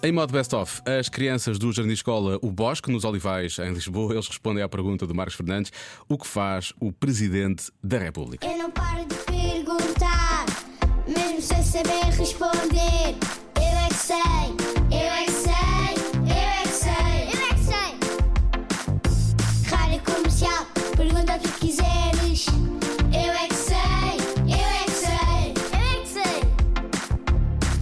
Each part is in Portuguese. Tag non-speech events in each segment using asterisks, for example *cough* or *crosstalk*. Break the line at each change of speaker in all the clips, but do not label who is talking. Em modo best-of, as crianças do Jardim Escola O Bosque, nos Olivais, em Lisboa, eles respondem à pergunta do Marcos Fernandes: o que faz o Presidente da República?
Eu não paro de perguntar, mesmo sem saber responder. Eu é que sei, eu é que sei, eu é que sei, eu é que sei. Rádio comercial, pergunta o que quiseres. Eu é que sei, eu é que sei, eu é que sei.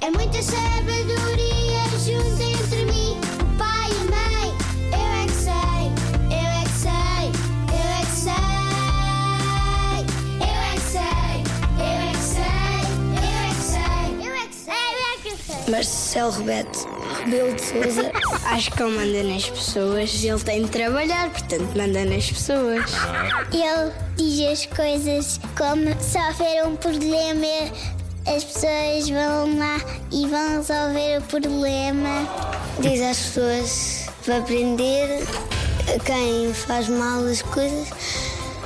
É muita sabedoria junto entre mim, o pai e a mãe. Eu é que sei, eu é que sei, eu é que sei. Eu é que sei, eu é que sei, eu é que sei. Eu é que sei, eu é que sei.
Marcelo Rebete, Rebelo de Souza. Acho que ele manda nas pessoas. Ele tem de trabalhar, portanto, manda nas pessoas.
Ele diz as coisas como se houver um problema, as pessoas vão lá e vão resolver o problema.
Diz às pessoas para aprender quem faz mal as coisas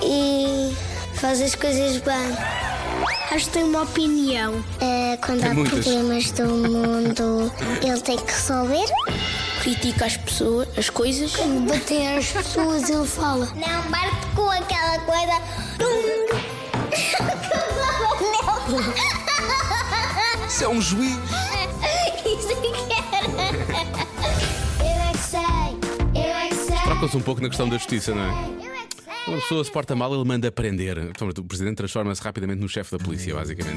e faz as coisas bem. É,
Acho que tem uma opinião. quando
Tem
há
muitas.
problemas do
*laughs*
mundo, ele tem que resolver.
Critica as pessoas, as coisas.
Quando bater as pessoas, ele fala. Não bate com aquela coisa.
Isso é um juiz!
Isso é Eu é que sei, eu é que sei.
Trocam-se um pouco na questão da justiça, não é?
Eu é que sei.
Então, Uma pessoa se porta mal, ele manda prender. Portanto, O Presidente transforma-se rapidamente no chefe da polícia, basicamente.